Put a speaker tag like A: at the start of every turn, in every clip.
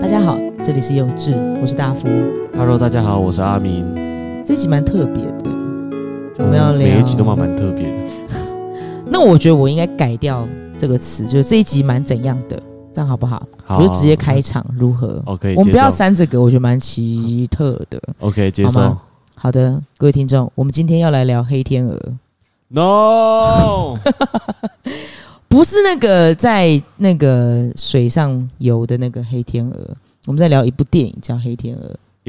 A: 这里是幼稚，我是大福。
B: Hello，大家好，我是阿明。
A: 这一集蛮特别的，我们要聊
B: 每一集都蛮蛮特别的。
A: 那我觉得我应该改掉这个词，就是这一集蛮怎样的，这样好不好？
B: 好
A: 我就直接开场，如何？
B: 哦，可以。
A: 我们不要
B: 接受
A: 删这个，我觉得蛮奇特的。
B: OK，接
A: 好
B: 受
A: 吗。好的，各位听众，我们今天要来聊黑天鹅，
B: No，
A: 不是那个在那个水上游的那个黑天鹅。我们在聊一部电影叫《黑天鹅》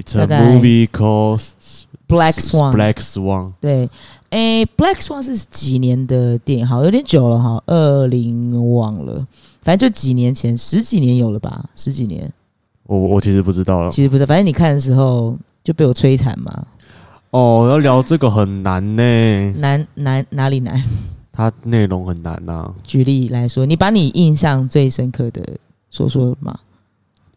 B: It's
A: 大
B: a
A: 概
B: movie called
A: （Black Swan）。
B: Black Swan。
A: 对，诶，Black Swan 是几年的电影？好，有点久了哈，二零忘了，反正就几年前，十几年有了吧，十几年。
B: 我我其实不知道了。
A: 其实不是，反正你看的时候就被我摧残嘛，
B: 哦，要聊这个很难呢，
A: 难难哪里难？
B: 它内容很难啊呐。
A: 举例来说，你把你印象最深刻的说说嘛。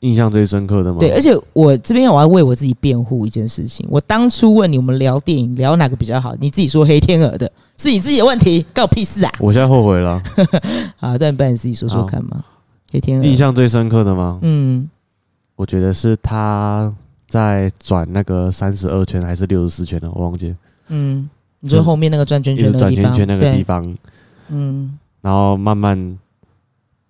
B: 印象最深刻的吗？
A: 对，而且我这边我要为我自己辩护一件事情。我当初问你，我们聊电影聊哪个比较好，你自己说《黑天鹅》的，是你自己的问题，关我屁事啊！
B: 我现在后 悔了。
A: 啊，但不然你自己说说看嘛，《黑天鹅》
B: 印象最深刻的吗？
A: 嗯。
B: 我觉得是他在转那个三十二圈还是六十四圈呢？我忘记了，
A: 嗯，你说后面那个转圈
B: 一
A: 圈那
B: 直
A: 个
B: 转
A: 地
B: 圈
A: 方，
B: 圈那个地
A: 对，
B: 方，
A: 嗯
B: 然后慢慢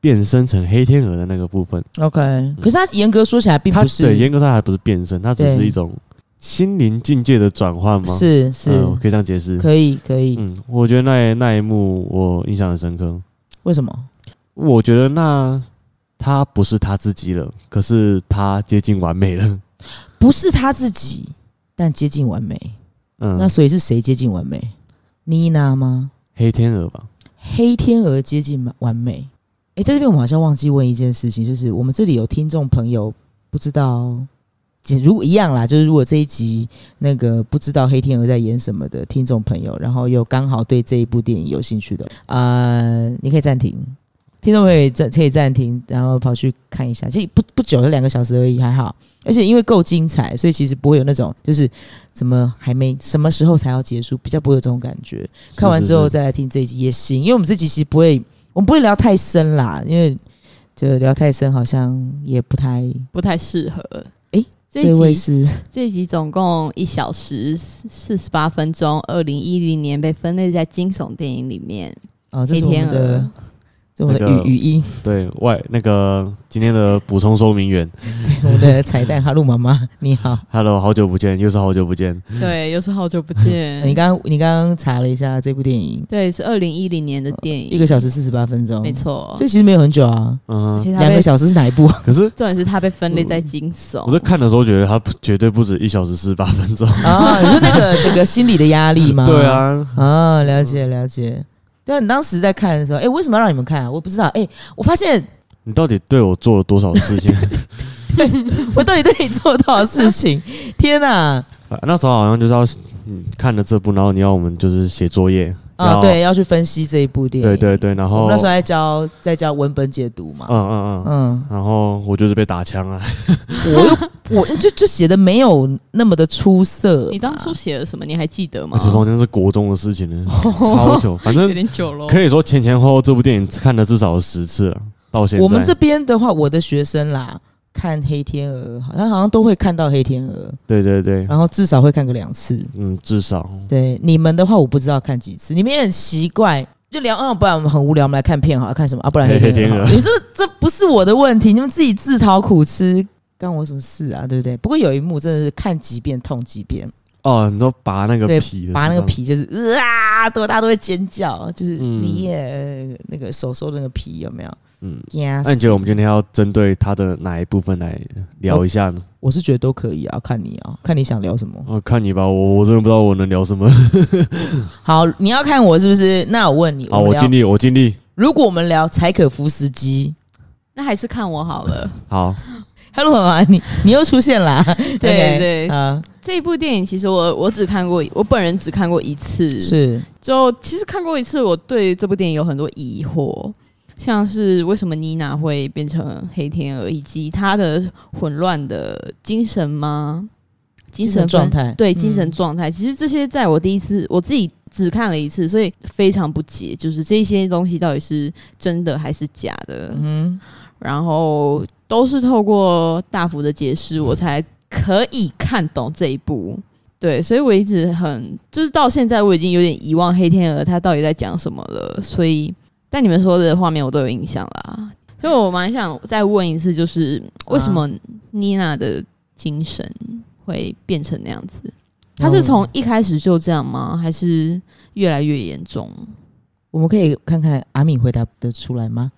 B: 变身成黑天鹅的那个部分。
A: ，OK。可是它严格说起来并
B: 它
A: 不
B: 嗯对
A: 是，
B: 严格上还不是变身，它只
A: 对
B: 是一种心灵境界的转换吗？
A: 是是，
B: 呃我可以这样解释。
A: 可以可以。
B: 嗯，我觉得那那一幕我印象很深刻。
A: 为什么？
B: 我觉得那他不是他自己了，可是他接近完美了。
A: 不是他自己，但接近完美。 那
B: 嗯，
A: 所以是谁接近完美？妮娜吗？
B: 黑天鹅吧，
A: 黑天鹅接近完美。诶，在这边我们好像忘记问一件事情，就是我们这里有听众朋友不知道，如果一样啦，就是如果这一集那个不知道黑天鹅在演什么的听众朋友，然后又刚好对这一部电影有兴趣的，呃，你可以暂停，听众朋友也暂可以暂停，然后跑去看一下，其实不不久，就两个小时而已，还好。而且因为够精彩，所以其实不会有那种就是怎么还没什么时候才要结束，比较不会有这种感觉。看完之后
B: 是是
A: 再来听这一集也行，因为我们这集其实不会，我们不会聊太深啦，因为就聊太深好像也不太。
C: 不太适合。
A: 诶
C: 这
A: 这位
C: 一集
A: 是
C: 这一集总共一小时四十八分钟，二零一零年被分类在惊悚电影里面。
A: 啊、这
C: 黑
A: 是我
C: 天
A: 们
C: 鹅
A: 的，这是我们的语、
B: 那个
A: 语音，
B: 是对外那个今天的补充说明员
A: 我们的彩蛋。哈喽，妈妈， 你好。
B: ，Hello，好久不见，又是好久不见。
C: 对，又是好久不 见。
A: 你刚刚你刚刚查了一下这部电影，
C: 对是二零一零年的电影，
A: 一个小时四十八分钟，
C: 没，错
A: 所。以其实没有很久啊。
B: 嗯
C: 其，实它
A: 两
C: 被
A: 个小时是哪 一部？
B: 可是
C: 重点是它被分类在惊悚
B: 我。在看的时候觉得他绝对不止一小时四十八分钟。
C: 哦
A: 啊，你说那个整个心理的压力吗？
B: 对。啊，
A: 啊，了解了解。对啊，你当时在看的时候，哎、为什么要让你们看、啊？我不知道。哎、我发现
B: 你到底对我做了多少 事情？
A: 我到底对你做了多少事 情？天哪、啊！
B: 啊那时候好像就是要嗯看了这部，然后你要我们就是写作业然后
A: 啊对，要去分析这一部电影。
B: 对对对，然
A: 我
B: 后
A: 们那时候在教在教文本解读嘛
B: 嗯。嗯嗯，
A: 嗯，
B: 然后我就是被打枪啊，
A: 我又 我就就写的没有那么的出色吧。
C: 你当初写了什么？你还记得
A: 啊
C: 吗
B: 我？这房间是国中的事情 呢，超久，反
C: 有
B: 正
C: 点久了。
B: 可以说前前后后这部电影看了至少有十次了，到现在
A: 我们这边的话，我的学生啦，看黑天鹅，好像好像都会看到黑天鹅，
B: 对对对，
A: 然后至少会看个两次。
B: 嗯，至少
A: 对你们的话，我不知道看几次，你们也很奇怪。就聊，嗯、不然我们很无聊，我们来看片好了，看什么啊？不然
B: 黑
A: 黑天鹅好了。
B: 黑天鹅
A: 你们这这不是我的问题，你们自己自讨苦吃，干我什么事啊？对不对？不过有一幕真的是看几遍痛几遍，
B: 哦，你说拔那个
A: 对
B: 皮的，
A: 拔那个，皮就是呃啊，多大家都会尖叫，就是
B: 嗯
A: 你也、那个手手的那个皮有没有？
B: 嗯，
A: 那
B: 那你觉得我们今天要针对它的哪一部分来聊一下呢？
A: 我是觉得都可以啊，看你啊，看你想聊什么。
B: 哦，看你吧，我我真的不知道我能聊什么。
A: 好，你要看我是不是？那我问你，
B: 好，
A: 们
B: 我
A: 聊
B: 尽力，我尽力。
A: 如果我们聊柴可夫斯基，
C: 那还是看我好 了。
B: 好，
A: Hello 啊， 你你又出现啊啦，
C: 对对
A: 啊，
C: 这部电影其实我我只看过，我本人只看过一次。
A: 是
C: 就其实看过一次，我对这部电影有很多疑惑，像是为什么妮娜会变成黑天鹅，以及她的混乱的精神吗？精神分
A: 状态
C: 对
A: 嗯
C: 精神状态。其实这些在我第一次我自己只看了一次，所以非常不解，就是这些东西到底是真的还是假的。
A: 嗯，
C: 然后都是透过大幅的解释，我才可以看懂这一部。对，所以我一直很，就是到现在我已经有点遗忘黑天鹅它到底在讲什么了。所以，但你们说的画面我都有印象啦。所以我蛮想再问一次，就是为什么妮娜的精神会变成那样子？她
A: 哦
C: 是从一开始就这样吗？还是越来越严重？
A: 我们可以看看阿敏回答得出来吗？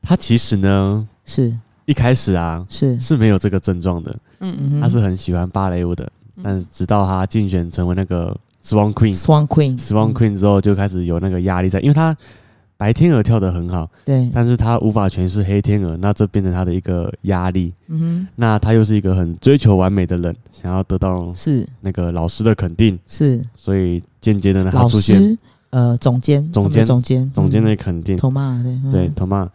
B: 他其实呢，
A: 是
B: 一开始啊
A: 是，
B: 是没有这个症状的，
A: 嗯
C: 嗯
A: 哼
B: 他是很喜欢芭蕾舞的，但是直到他竞选成为那个 Swan Queen
A: Swan Queen
B: Swan Queen 之后，就开始有那个压力在，因为他白天鹅跳得很好，
A: 对，
B: 但是他无法诠释黑天鹅，那这变成他的一个压力。
A: 嗯
B: 那他又是一个很追求完美的人，想要得到
A: 哼，是
B: 那个老师的肯定，
A: 是
B: 所以间接的呢，他
A: 老
B: 出现
A: 师呃总监
B: 总
A: 他们
B: 监
A: 总监
B: 总监的肯定。
A: 头嘛对嗯
B: 对，同伴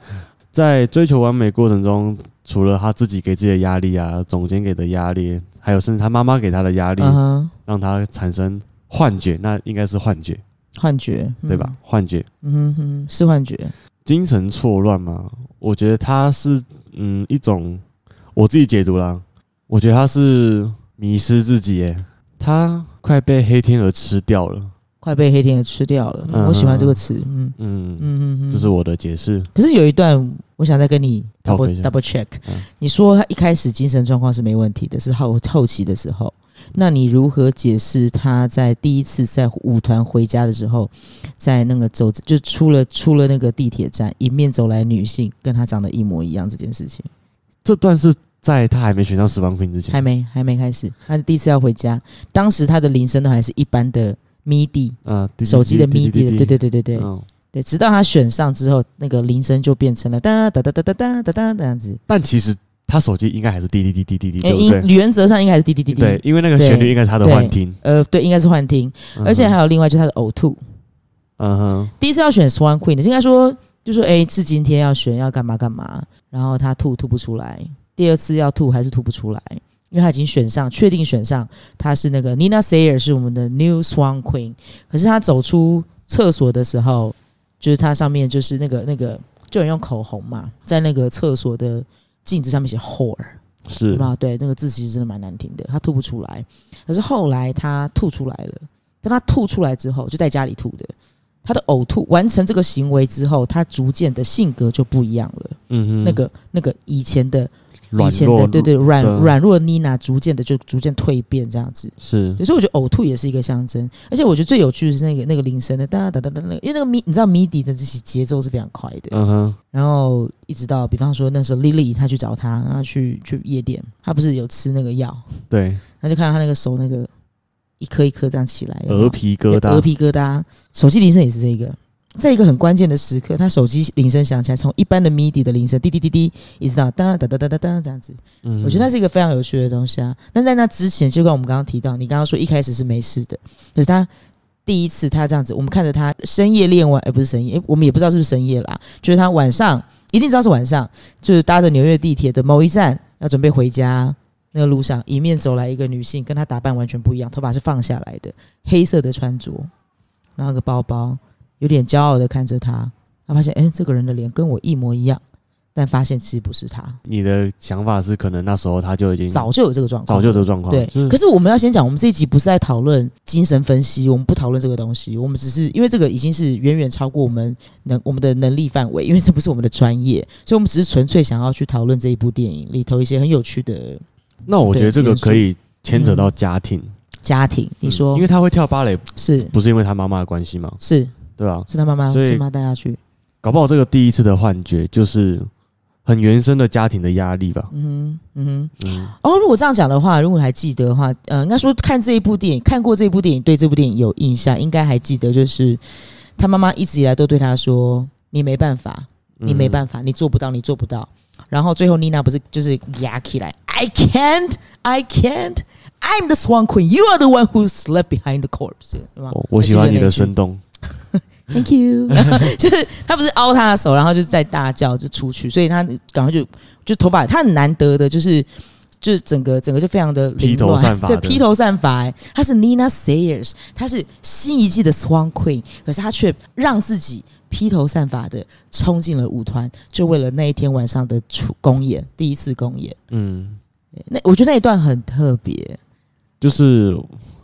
B: 在追求完美过程中，除了他自己给自己的压力啊，总监给的压力，还有甚至他妈妈给他的压力，
A: 嗯哼
B: 让他产生幻觉，那应该是幻觉，
A: 幻觉
B: 对吧？？幻觉，
A: 嗯嗯哼哼，是幻觉，
B: 精神错乱嘛，我觉得他是嗯一种我自己解读啦，我觉得他是迷失自己耶，他快被黑天鹅吃掉了，
A: 快被黑天鹅吃掉了。嗯
B: 嗯
A: 我喜欢这个词，嗯
B: 嗯，
A: 嗯嗯嗯，
B: 这是我的解释，
A: 可是有一段，我想再跟你
B: Talk
A: double
B: 一下
A: double check、
B: 嗯
A: 你说他一开始精神状况是没问题的，是后后期的时候，那你如何解释他在第一次在舞团回家的时候，在那个走就出了出了那个地铁站，迎面走来女性跟他长得一模一样这件事情？
B: 这段是在他还没选上十万 queen 之前，
A: 还没还没开始，他第一次要回家，当时他的铃声都还是一般的 MIDI
B: 嗯、滴滴
A: 手机的
B: 滴
A: MIDI
B: 滴滴
A: 的，
B: 滴
A: 对对对对对。
B: 嗯
A: 对，直到他选上之后，那个铃声就变成了哒哒哒哒哒哒哒哒这样子。
B: 但其实他手机应该还是滴滴滴滴滴滴，
A: 诶
B: 对不
A: 哎应嗯
B: 对？
A: 原则上应该还是滴滴滴滴。
B: 对，因为那个旋律应该是他的幻听，
A: 呃，对，应该是幻听，
B: 嗯哼
A: 而且还有另外就是他的呕吐。
B: 嗯哼，
A: 第一次要选 Swan Queen 的，应该说就说诶，是哎今天要选要干嘛干嘛，然后他吐吐不出来，第二次要吐还是吐不出来，因为他已经选上，确定选上他是那个 Nina Sayer 是我们的 New Swan Queen，可是他走出厕所的时候，就是他上面就是那个那个就有人用口红嘛，在那个厕所的镜子上面写 whore。
B: 是
A: 吧？对，那个字其实真的蛮难听的，他吐不出来。可是后来他吐出来了，当他吐出来之后，就在家里吐的。他的呕吐完成这个行为之后，他逐渐的性格就不一样了。
B: 嗯哼，
A: 那个那个以前的以
B: 软
A: 前
B: 弱
A: 的对对软
B: 的
A: 软弱的妮娜，逐渐的就逐渐蜕变这样子。
B: 是
A: 有时候我觉得呕吐也是一个象征，而且我觉得最有趣的是那个那个铃声的哒哒哒哒那个，因为那个咪你知道 MIDI 的这些节奏是非常快的，
B: 嗯哼，
A: 然后一直到比方说那时候 Lily 她去找他，然后去去夜店，她不是有吃那个药，
B: 对，
A: 她就看到她那个手那个一颗一颗这样起来，有没有
B: 鹅皮疙瘩，
A: 对鹅皮疙瘩，手机铃声也是这个。在一个很关键的时刻，她手机铃声响起来，从一般的 MIDI 的铃声滴滴滴滴，一直到哒哒哒哒哒哒这样子。
B: 嗯哼，
A: 我觉得那是一个非常有趣的东西啊。但在那之前，就跟我们刚刚提到，你刚刚说一开始是没事的，可是他第一次他这样子，我们看着他深夜练完，哎、不是深夜、诶我们也不知道是不是深夜啦，就是他晚上一定知道是晚上，就是搭着纽约地铁的某一站要准备回家。那个路上，迎面走来一个女性，跟她打扮完全不一样，头发是放下来的，黑色的穿着，然后个包包，有点骄傲的看着他。他发现，哎、这个人的脸跟我一模一样，但发现其实不是他，
B: 你的想法是可能那时候他就已经
A: 早就有这个状况，
B: 早就有这个状况，
A: 对，
B: 就是
A: 可是我们要先讲，我们这一集不是在讨论精神分析，我们不讨论这个东西，我们只是因为这个已经是远远超过我们能我们的能力范围，因为这不是我们的专业，所以我们只是纯粹想要去讨论这一部电影里头一些很有趣的
B: 那我觉得这个可以牵扯到家庭，
A: 家庭。嗯你说、
B: 嗯因为他会跳芭蕾，
A: 是
B: 不是因为他妈妈的关系嘛，
A: 是
B: 对吧？
A: 是他妈妈
B: 所以
A: 是妈妈带他去，
B: 搞不好这个第一次的幻觉就是很原生的家庭的压力吧，
A: 嗯哼嗯哼。
B: 嗯，
A: 哦，如果这样讲的话，如果你还记得的话，呃，应该说看这一部电影，看过这部电影，对这部电影有印象，应该还记得，就是他妈妈一直以来都对他说：“你没办法，你没办法，你做不到，你做不到。然后最后妮娜不是就是压起来，I can't, I can't, I'm the swan queen, you are the one who slept behind the corpse，对吗
B: 我我喜欢你的
A: 声
B: 生动，
A: ，Thank you 然后就是他不是凹他的手，然后就是在大叫就出去，所以他赶快就就头发，他很难得的就是就是整个整个就非常的
B: 披头散发
A: 对，
B: 的
A: 披头散发、欸。她是 Nina Sayers，她是新一季的 Swan Queen，可是她却让自己披头散发的冲进了舞团，就为了那一天晚上的出公演，第一次公演。
B: 嗯，
A: 对那我觉得那一段很特别，
B: 就是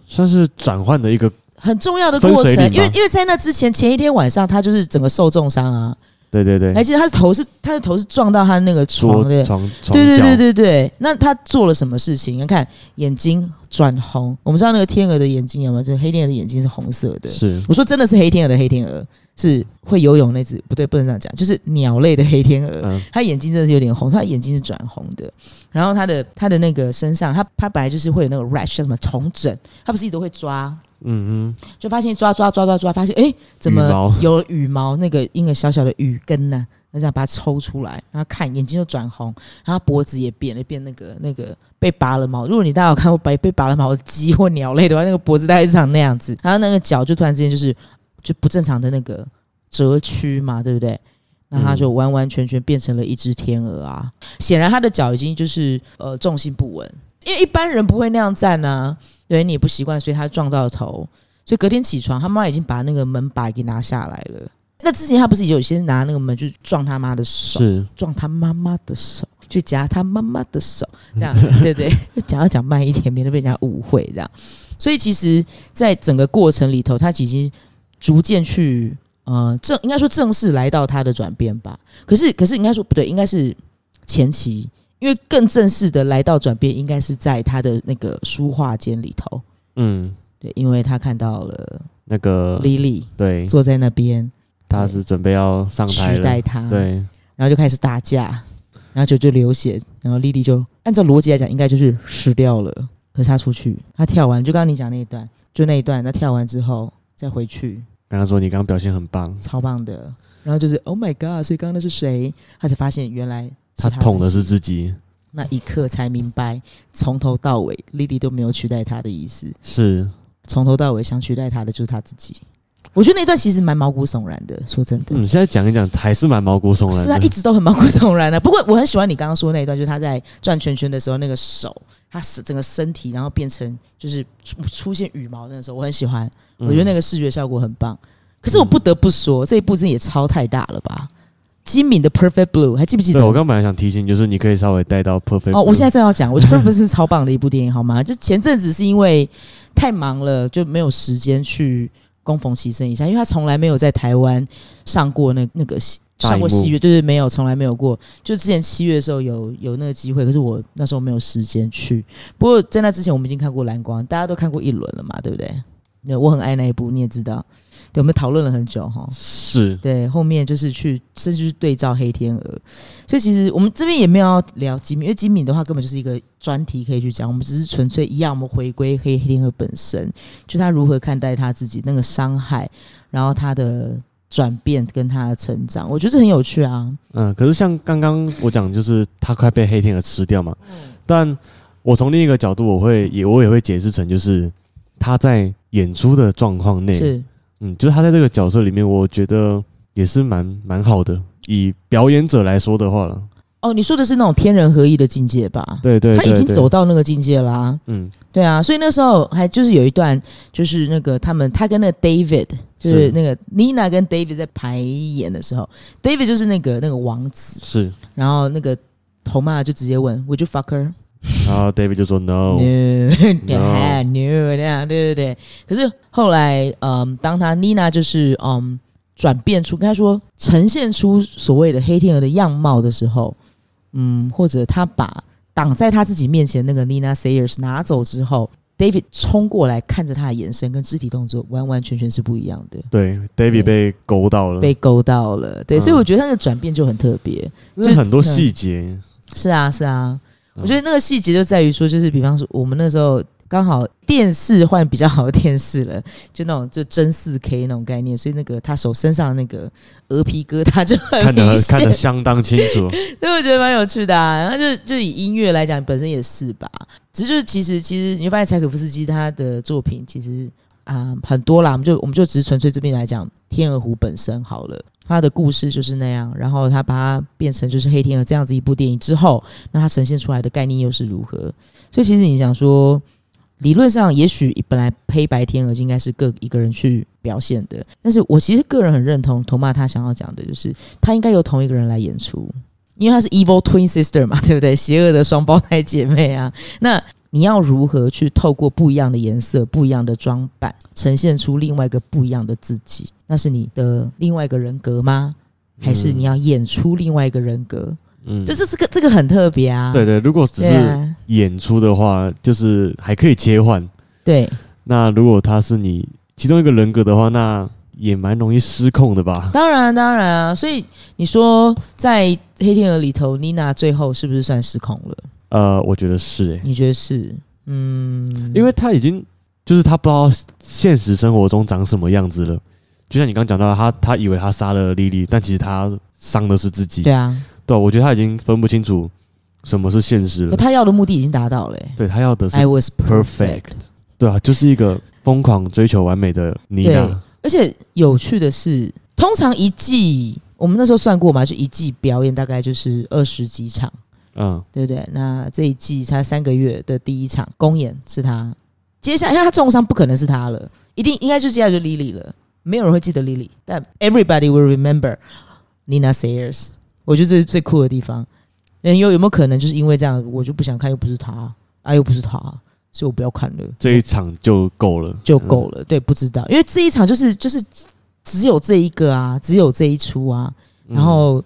B: 算是转换的一个，
A: 很重要的
B: 分
A: 过程
B: 水岭，吗
A: 因为因为在那之前前一天晚上，她就是整个受重伤啊，
B: 对对对
A: 还，记得她是头是她的头是撞到她那个
B: 桌
A: 床的
B: 床床角，
A: 对对对对对，那他做了什么事情？你看，眼睛转红。我们知道那个天鹅的眼睛有没有？就是黑天鹅的眼睛是红色的。
B: 是
A: 我说真的是黑天鹅的黑天鹅，是会游泳那只，不对，不能这样讲，就是鸟类的黑天鹅。
B: 嗯
A: 它眼睛真的是有点红，它眼睛是转红的。然后它的它的那个身上，它它本来就是会有那个 rash 叫什么重疹，它不是一直会抓，
B: 嗯
A: 就发现抓抓抓抓抓，发现哎、诶怎么
B: 羽毛
A: 有羽毛？那个一个小小的羽根呢、那这样把它抽出来，然后看眼睛就转红，然后脖子也变了，变那个那个被拔了毛。如果你大家有看过被被拔了毛的鸡或鸟类的话，那个脖子大概是长那样子，然后那个脚就突然之间就是就不正常的那个折曲嘛，对不对？那它就完完全全变成了一只天鹅啊！显然它的脚已经就是呃重心不稳，因为一般人不会那样站啊，对你也不习惯，所以它撞到头，所以隔天起床，他妈已经把那个门把给拿下来了。那之前他不是有先拿那个门去撞他妈的手，
B: 是
A: 撞他妈妈的手，去夹他妈妈的手，这样对不对？讲要讲慢一点，免得被人家误会这样。所以其实，在整个过程里头，他已经逐渐去呃正应该说正式来到他的转变吧。可是可是应该说不对，应该是前期，因为更正式的来到转变，应该是在他的那个书画间里头。
B: 嗯
A: 对，因为他看到了
B: 那个
A: Lily
B: 对，
A: 坐在那边
B: 他是准备要上台
A: 取
B: 了
A: 代，他，，
B: 对，
A: 然后就开始打架，然后就就流血，然后莉莉就按照逻辑来讲，应该就是死掉了。可是他出去，他跳完，就刚刚你讲那一段，就那一段，他跳完之后再回去，
B: 跟他说你刚刚表现很棒，
A: 超棒的。然后就是 Oh my God！所以刚刚那是谁？他才发现原来是
B: 他
A: 他
B: 捅的
A: 自
B: 是
A: 己
B: 自己，
A: 那一刻才明白，从头到尾莉莉都没有取代他的意思，
B: 是
A: 从头到尾想取代他的就是他自己。我觉得那段其实蛮毛骨悚然的，说真的。
B: 嗯，现在讲一讲还是蛮毛骨悚
A: 是啊，
B: 然
A: 一
B: 的，
A: 直都很毛骨悚然的、不过我很喜欢你刚刚说那一段，就是他在转圈圈的时候，那个手，他是整个身体，然后变成就是出出现羽毛那个时候，我很喜欢，我觉得那
B: 个
A: 个视觉效果很棒。可是我不得不说，这一部真的也超太大了吧？金敏的《Perfect Blue》还记不记
B: 对
A: 得？
B: 我刚本来想提醒，就是你可以稍微带到 perfect
A: 哦，我
B: Blue
A: 现在正要讲，我 觉得 Perfect 是超棒的一部电影，好吗？就前阵子是因为太忙了，就没有时间去供逢其盛一下，因为他从来没有在台湾上过那那个戏，
B: 大荧
A: 上过
B: 幕
A: 戏院，对对，没有，从来没有过。就之前七月的时候有有那个机会，可是我那时候没有时间去。不过在那之前，我们已经看过《蓝光》，大家都看过一轮了嘛，对不对？那我很爱那一部，你也知道，对，我们讨论了很久哈。
B: 是
A: 对，后面就是去甚至去对照黑天鹅，所以其实我们这边也没有要聊吉米，因为吉米的话根本就是一个专题可以去讲，我们只是纯粹一样，我们回归黑黑天鹅本身，就他如何看待他自己那个伤害，然后他的转变跟他的成长，我觉得这很有趣啊。
B: 嗯，可是像刚刚我讲，就是他快被黑天鹅吃掉嘛。但我从另一个角度，我会也我也会解释成，就是他在演出的状况内，
A: 是
B: 嗯，就是他在这个角色里面，我觉得也是蛮蛮好的。以表演者来说的话了，
A: 哦，你说的是那种天人合一的境界吧？
B: 对对对
A: 他已经
B: 对
A: 走到那个境界啦、
B: 嗯，
A: 对啊，所以那时候还就是有一段，就是那个他们他跟那个 David，就是
B: 是
A: 那个 Nina 跟 David 在排演的时候，David 就是那个那个王子，
B: 是。
A: 然后那个头妈就直接问 Would you fuck her？
B: 然后 David 就 说 No，
A: no, no, no，这样 对对对。可是后来，嗯，当他妮娜就是嗯转变出，跟他说呈现出所谓的黑天鹅的样貌的时候，嗯，或者他把挡在他自己面前那个 Nina Sayers 拿走之后，David 冲过来看着他的眼神跟肢体动作完完全全是不一样的，
B: 对，David 被勾到了，
A: 被勾到了。对，
B: 嗯
A: 所以我觉得他的转变就很特别。
B: 就是很多细节，
A: 是啊，是啊，
B: 嗯
A: 我觉得那个细节就在于说，就是比方说我们那时候刚好电视换比较好的电视了，就那种就真四 K 那种概念，所以那个他手身上那个鹅皮疙瘩就很
B: 看
A: 明
B: 得
A: 显
B: 看，得相当清楚。
A: 所以我觉得蛮有趣的、啊。然后就就以音乐来讲，本身也是吧，只是就是其实其实你会发现柴可夫斯基他的作品其实。啊、很多啦，我们就我们就只是纯粹这边来讲《天鹅湖》本身好了。他的故事就是那样，然后他把它变成就是黑天鹅这样子一部电影之后，那它呈现出来的概念又是如何？所以其实你想说，理论上也许本来黑白天鹅就应该是各一个人去表现的，但是我其实个人很认同头妈他想要讲的，就是他应该由同一个人来演出，因为他是 evil twin sister 嘛，对不对？邪恶的双胞胎姐妹啊，那。你要如何去透过不一样的颜色、不一样的装扮，呈现出另外一个不一样的自己？那是你的另外一个人格吗？还是你要演出另外一个人格？
B: 嗯
A: 这这这个这个很特别啊！
B: 对对，如果只
A: 对
B: 是
A: 啊，
B: 演出的话，就是还可以切换。
A: 对
B: 那如果他是你其中一个人格的话，那也蛮容易失控 的吧？
A: 当然当然啊！所以你说在《黑天鹅》里头，妮娜最后是不是算失控了？
B: 呃，我觉得是诶、
A: 你觉得是？嗯，
B: 因为他已经就是他不知道现实生活中长什么样子了。就像你刚刚讲到的，他他以为他杀了莉莉，但其实他伤的是自己。
A: 对啊，
B: 对，我觉得他已经分不清楚什么是现实
A: 可
B: 了。
A: 他要的目的已经达到了、欸。
B: 对他要的嗯是
A: I was perfect
B: perfect。对啊，就是一个疯狂追求完美的妮
A: 对
B: 娜。
A: 而且有趣的是，通常一季我们那时候算过嘛，就一季表演大概就是二十几场，
B: 嗯，
A: 对不对？那这一季才三个月的第一场公演是他，接下来因为他重伤不可能是他了，一定应该就接下来就 Lily 了，没有人会记得 Lily，但 everybody will remember Nina Sayers。我觉得这是最酷的地方。人有有没有可能就是因为这样，我就不想看，又不是他，啊，又不是他，所以我不要看了。
B: 这一场就够了，
A: 就够了。对，不知道，因为这一场就是就是只有这一个啊，只有这一出啊，
B: 嗯。
A: 然后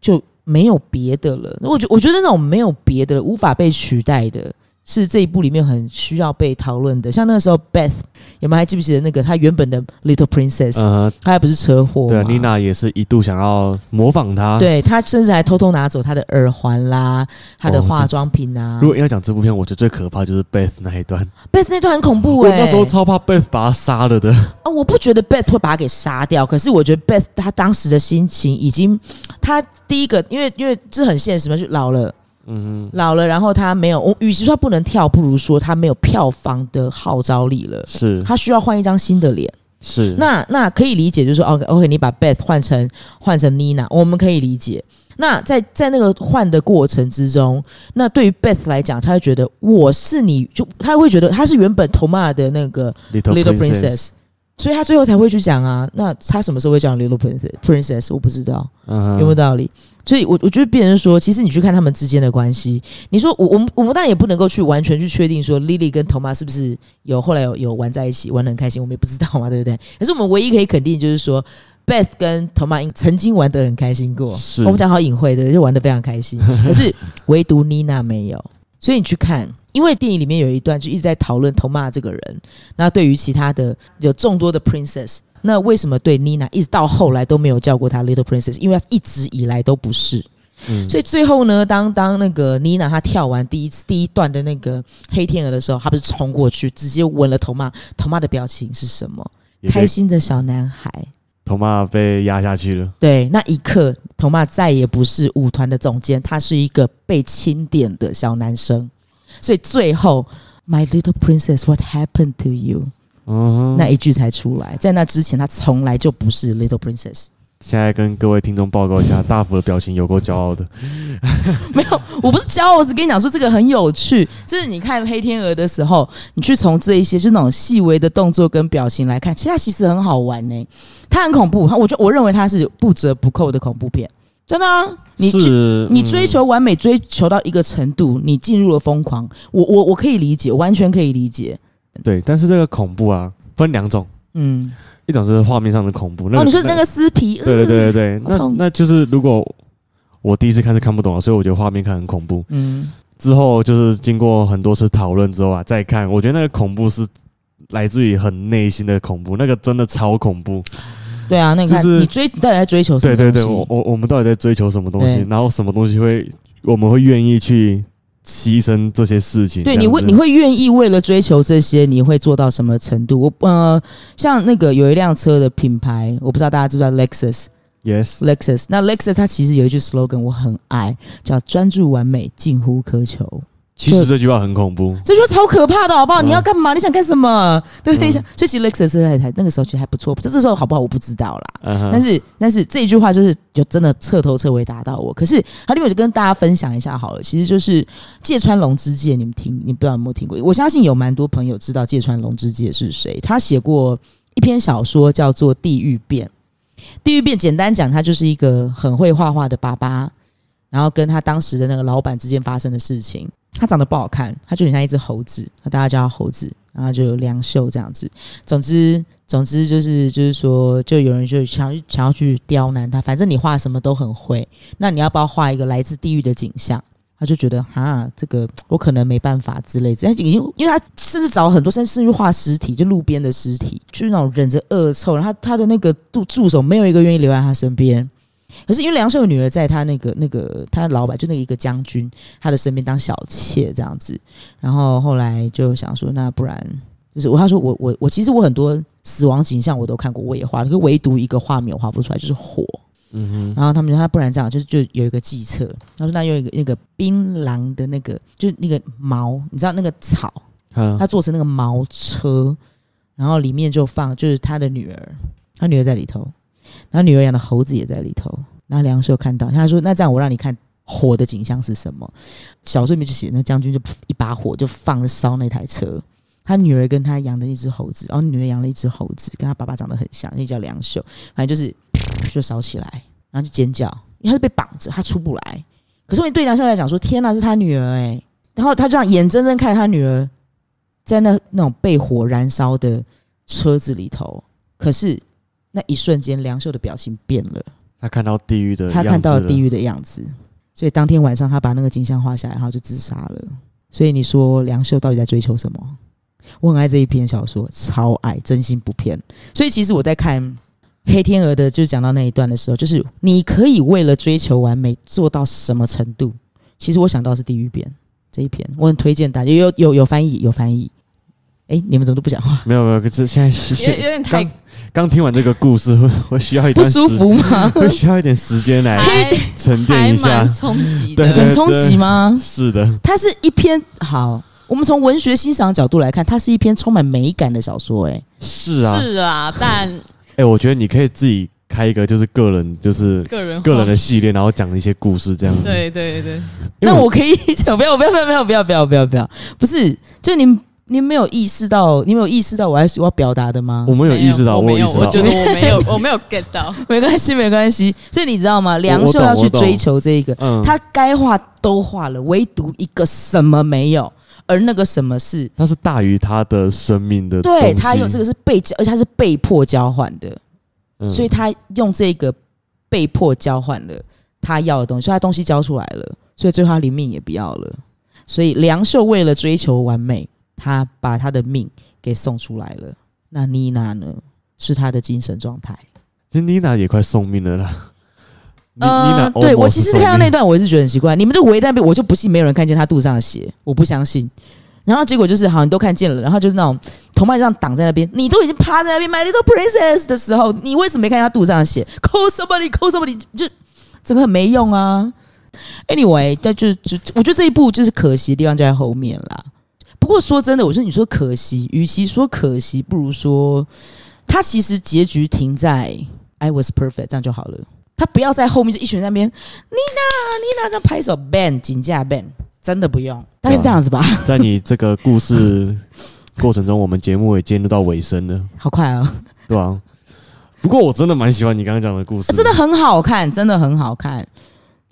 A: 就没有别的了。我觉我觉得那种没有别的了无法被取代的，是这一部里面很需要被讨论的。像那个时候 Beth 有没有还记不记得那个她原本的 Little Princess，、
B: 呃，
A: 她还不是车祸
B: 对啊，
A: 吗
B: 妮娜也是一度想要模仿他。，
A: 对她甚至还偷偷拿走她的耳环啦，她的
B: 哦这
A: 化妆品啊。
B: 如果要讲这部片，我觉得最可怕就是 Beth 那一段。
A: Beth 那段很恐怖
B: 我
A: 哎、
B: 那时候超怕 Beth 把他杀 了的。
A: 啊、我不觉得 Beth 会把他给杀掉，可是我觉得 Beth 他当时的心情已经，他第一个，因为因为这很现实嘛，就老了，
B: 嗯哼，
A: 老了，然后他没有，我与其说他不能跳，不如说他没有票房的号召力了，
B: 是
A: 他需要换一张新的脸。
B: 是，
A: 那那可以理解，就是说，OK OK，你把 Beth 换成换成 Nina，我们可以理解。那在在那个换的过程之中，那对于 Beth 来讲，他会觉得我是你就，他会觉得他是原本 Toma 的那个
B: Little
A: Little
B: Princess，
A: Princess，所以他最后才会去讲啊。那他什么时候会讲 Little Princess Princess？我不知道
B: 嗯
A: 有
B: 哼
A: 没有道理。所以我，我觉得别人说，其实你去看他们之间的关系，你说我我们我们当然也不能够去完全去确定说 Lily 跟 t o m a 是不是有后来有有玩在一起，玩的很开心，我们也不知道嘛，对不对？可是我们唯一可以肯定就是说，Beth 跟 t o m a 曾经玩的很开心过，
B: 是
A: 我们讲好隐晦的，就玩的非常开 心。可是唯独妮娜没有，所以你去看，因为电影里面有一段就一直在讨论头骂这个人。那对于其他的有众多的 princess，那为什么对妮娜一直到后来都没有叫过她 little princess？因为她一直以来都不是。
B: 嗯
A: 所以最后呢，当当那个妮娜她跳完第一次第一段的那个黑天鹅的时候，她不是冲过去直接吻了头骂，头骂的表情是什么？
B: 也
A: 开
B: 被
A: 心的小男孩。
B: 头妈被压下去了。
A: 对，那一刻，头妈再也不是舞团的总监，他是一个被钦点的小男生。所以最后，My little princess, what happened to you？、
B: 嗯
A: 那
B: 哼，
A: 一句才出来。在那之前，他从来就不是 little princess。
B: 现在跟各位听众报告一下，大福的表情有够骄傲的。
A: 没有，我不是骄傲，我只跟你讲说这个很有趣。就是你看黑天鹅的时候，你去从这一些就那种细微的动作跟表情来看，其实它其实很好玩呢、它很恐怖，它我就我认为它是不折不扣的恐怖片，真的、啊。你去
B: 是嗯
A: 你追求完美，追求到一个程度，你进入了疯狂。我我我可以理解，完全可以理解。
B: 嗯对，但是这个恐怖啊，分两种，
A: 嗯，
B: 一种是画面上的恐怖。
A: 哦，你说那个嗯撕皮，
B: 对对对对对，
A: 好
B: 那
A: 痛
B: 那就是如果我第一次看是看不懂啊的，所以我觉得画面看很恐怖。
A: 嗯，
B: 之后就是经过很多次讨论之后啊，再看，我觉得那个恐怖是来自于很内心的恐怖，那个真的超恐怖。
A: 嗯，对啊，那你看、
B: 就是
A: 你追你到底在追求什
B: 对
A: 么东
B: 对
A: 西？
B: 对，我我我们到底在追求什么东西
A: 对？
B: 然后什么东西会我们会愿意去牺牲这些事情？
A: 对，
B: 这
A: 你
B: 样
A: 会
B: 子
A: 你会愿意为了追求这些，你会做到什么程度？我呃，像那个有一辆车的品牌，我不知道大家知不知道 Lexus。
B: yes
A: Lexus，那 Lexus 它其实有一句 slogan 我很爱，叫“专注完美，近乎苛求”。
B: 其实这句话很恐怖，
A: 这就超可怕的，好不好？
B: 嗯
A: 你要干嘛？你想干什么？对不对？
B: 嗯
A: 你想，所以其实 Lexus 还还那个时候其实还不错，这这时候好不好我不知道啦。
B: 嗯哼
A: 但是但是这一句话就是就真的彻头彻尾打到我。可是好，另外我就跟大家分享一下好了，其实就是芥川龙之介，你们听，你不知道有没有听过？我相信有蛮多朋友知道芥川龙之介是谁，他写过一篇小说叫做《地狱变》。地狱变简单讲，他就是一个很会画画的爸爸，然后跟他当时的那个老板之间发生的事情。他长得不好看，他就很像一只猴子，大家叫他猴子，然后就有梁秀这样子。总之，总之就是就是说，就有人就想要想要去刁难他，反正你画什么都很会，那你要不要画一个来自地狱的景象？他就觉得哈，这个我可能没办法之类之类，他已经因为他甚至找了很多，甚至去画尸体，就路边的尸体，就是那种忍着恶臭，然后他他的那个助助手没有一个愿意留在他身边。可是因为梁秀的女儿在他那个那个他老板就那个一个将军他的身边当小妾这样子，然后后来就想说，那不然就是我他说我我我其实我很多死亡景象我都看过，我也画了，可是唯独一个画面我画不出来，就是火。
B: 嗯哼，
A: 然后他们就说，他不然这样，就是就有一个计策。他说那用一个那个槟榔的那个，就是那个毛，你知道那个草，
B: 嗯
A: 他做成那个毛车，然后里面就放就是他的女儿，他女儿在里头，然后女儿养的猴子也在里头。然后梁秀看到，他说：“那这样我让你看火的景象是什么？”小说里面就写，那将军就一把火就放了烧那台车。他女儿跟他养的一只猴子，然后女儿养了一只猴子，跟他爸爸长得很像，那叫梁秀，反正就是就烧起来，然后就尖叫，因为他是被绑着，他出不来。可是问题对梁秀来讲说：“天哪，是他女儿哎、然后他就这样眼睁睁看着他女儿在那那种被火燃烧的车子里头，可是那一瞬间，梁秀的表情变了，
B: 他看到地狱的，
A: 他看到了地
B: 狱，
A: 狱的样子，所以当天晚上他把那个景象画下来，然后就自杀了。所以你说梁秀到底在追求什么？我很爱这一篇小说，超爱，真心不骗。所以其实我在看《黑天鹅》的，就是讲到那一段的时候，就是你可以为了追求完美做到什么程度？其实我想到的是《地狱篇》这一篇，我很推荐大家，有有有有翻译，有翻译。哎、你们怎么都不讲话？
B: 没有没有，可是现在是
C: 有有
B: 现
C: 点太
B: 刚刚听完这个故事，会 会需要一
A: 不
B: 段
A: 舒
B: 时，
A: 服 吗？
B: 会需要一点时间来
C: 还
B: 沉淀
C: 还
B: 一下
C: 蛮。冲击
B: 对
C: 的
A: 很。冲击吗？
B: 是的，
A: 它是一篇好，我们从文学欣赏角度来看，它是一篇充满美感的小说、哎，
B: 是啊，
C: 是啊，但
B: 哎，我觉得你可以自己开一个，就是个人，就是
C: 个人化
B: 个人的系列，然后讲一些故事这样。，
C: 对对对，
B: 因为
A: 那我可以 讲，不要不要不要不要不要不要不要不要，不是，就您您没有意识到，你没有意识到我要我要表达的吗
B: 我？们有意识到，
C: 我
B: 有
C: 没
B: 意
C: 有，
B: 识
C: 我
B: 到
C: 觉，得我没有，我没有 get 到。
A: 没关系没关系，所以你知道吗？梁
B: 我
A: 秀
B: 懂
A: 要
B: 我
A: 去
B: 懂
A: 追求这一个，
B: 嗯，
A: 他该画都画了，唯独一个什么没有，而那个什么是
B: 它是大于他的生命的东西，
A: 对他用这个是被交，而且他是被迫交换的。
B: 嗯，
A: 所以他用这个被迫交换了他要的东西，所以他东西交出来了，所以最后他连命也不要了。所以梁秀为了追求完美，他把他的命给送出来了。那妮娜呢？是她的精神状态。
B: 其实妮娜也快送命了啦。妮妮娜
A: 呃，对
B: almost
A: 我其实看到
B: 送命
A: 那段，我也是觉得很奇怪。你们就围在那边，我就不信没有人看见他肚子上的血，我不相信。然后结果就是，好，你都看见了，然后就是那种同伴这样挡在那边，你都已经趴在那边 My Little Princess 的时候，你为什么没看见他肚子上的血？Call somebody, call somebody，就整个很没用啊。Anyway，但就就我觉得这一步就是可惜的地方就在后面啦。不过说真的，我说你说可惜，与其说可惜，不如说他其实结局停在 I was perfect 这样就好了。他不要在后面就一群人在那边，妮娜妮娜这样拍手 ban 紧架 ban，真的不用，大概是这样子吧，
B: 在你这个故事过程中，我们节目也进入到尾声了，
A: 好快哦、
B: 对吧、不过我真的蛮喜欢你刚刚讲的故事，
A: 真的，很好看，真的很好看。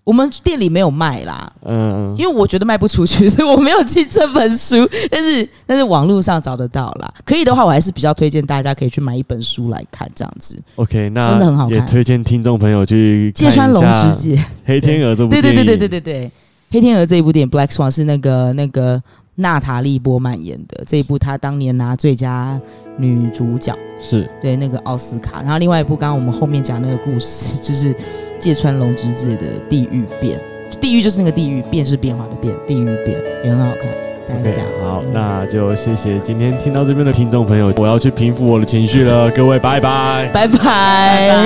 A: 我们店里没有卖啦，
B: 嗯，嗯
A: 因为我觉得卖不出去， 所以我没有进这本书，但是但是网络上找得到啦。可以的话，我还是比较推荐大家可以去买一本书来看，这样子。
B: ，OK，那
A: 真的很好看
B: 也推荐听众朋友去看
A: 芥
B: 一下
A: 川
B: 《
A: 龙之介，
B: 黑天鹅》这部
A: 对
B: 电
A: 对
B: 影，
A: 对对对对对，《黑天鹅》这一部电影《Black Swan》是那个那个娜塔莉波曼演的，这一部她当年拿最佳女主角，
B: 是
A: 对那个奥斯卡。然后另外一部，刚刚我们后面讲那个故事，就是芥川龙之介的《地狱变》，地狱就是那个地狱，变是变化的变，地狱变也很好看，大概是这
B: OK，
A: 样。嗯
B: 好，那就谢谢今天听到这边的听众朋友，我要去平复我的情绪了，各位，拜拜。
A: 拜拜
C: 拜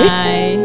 C: 拜。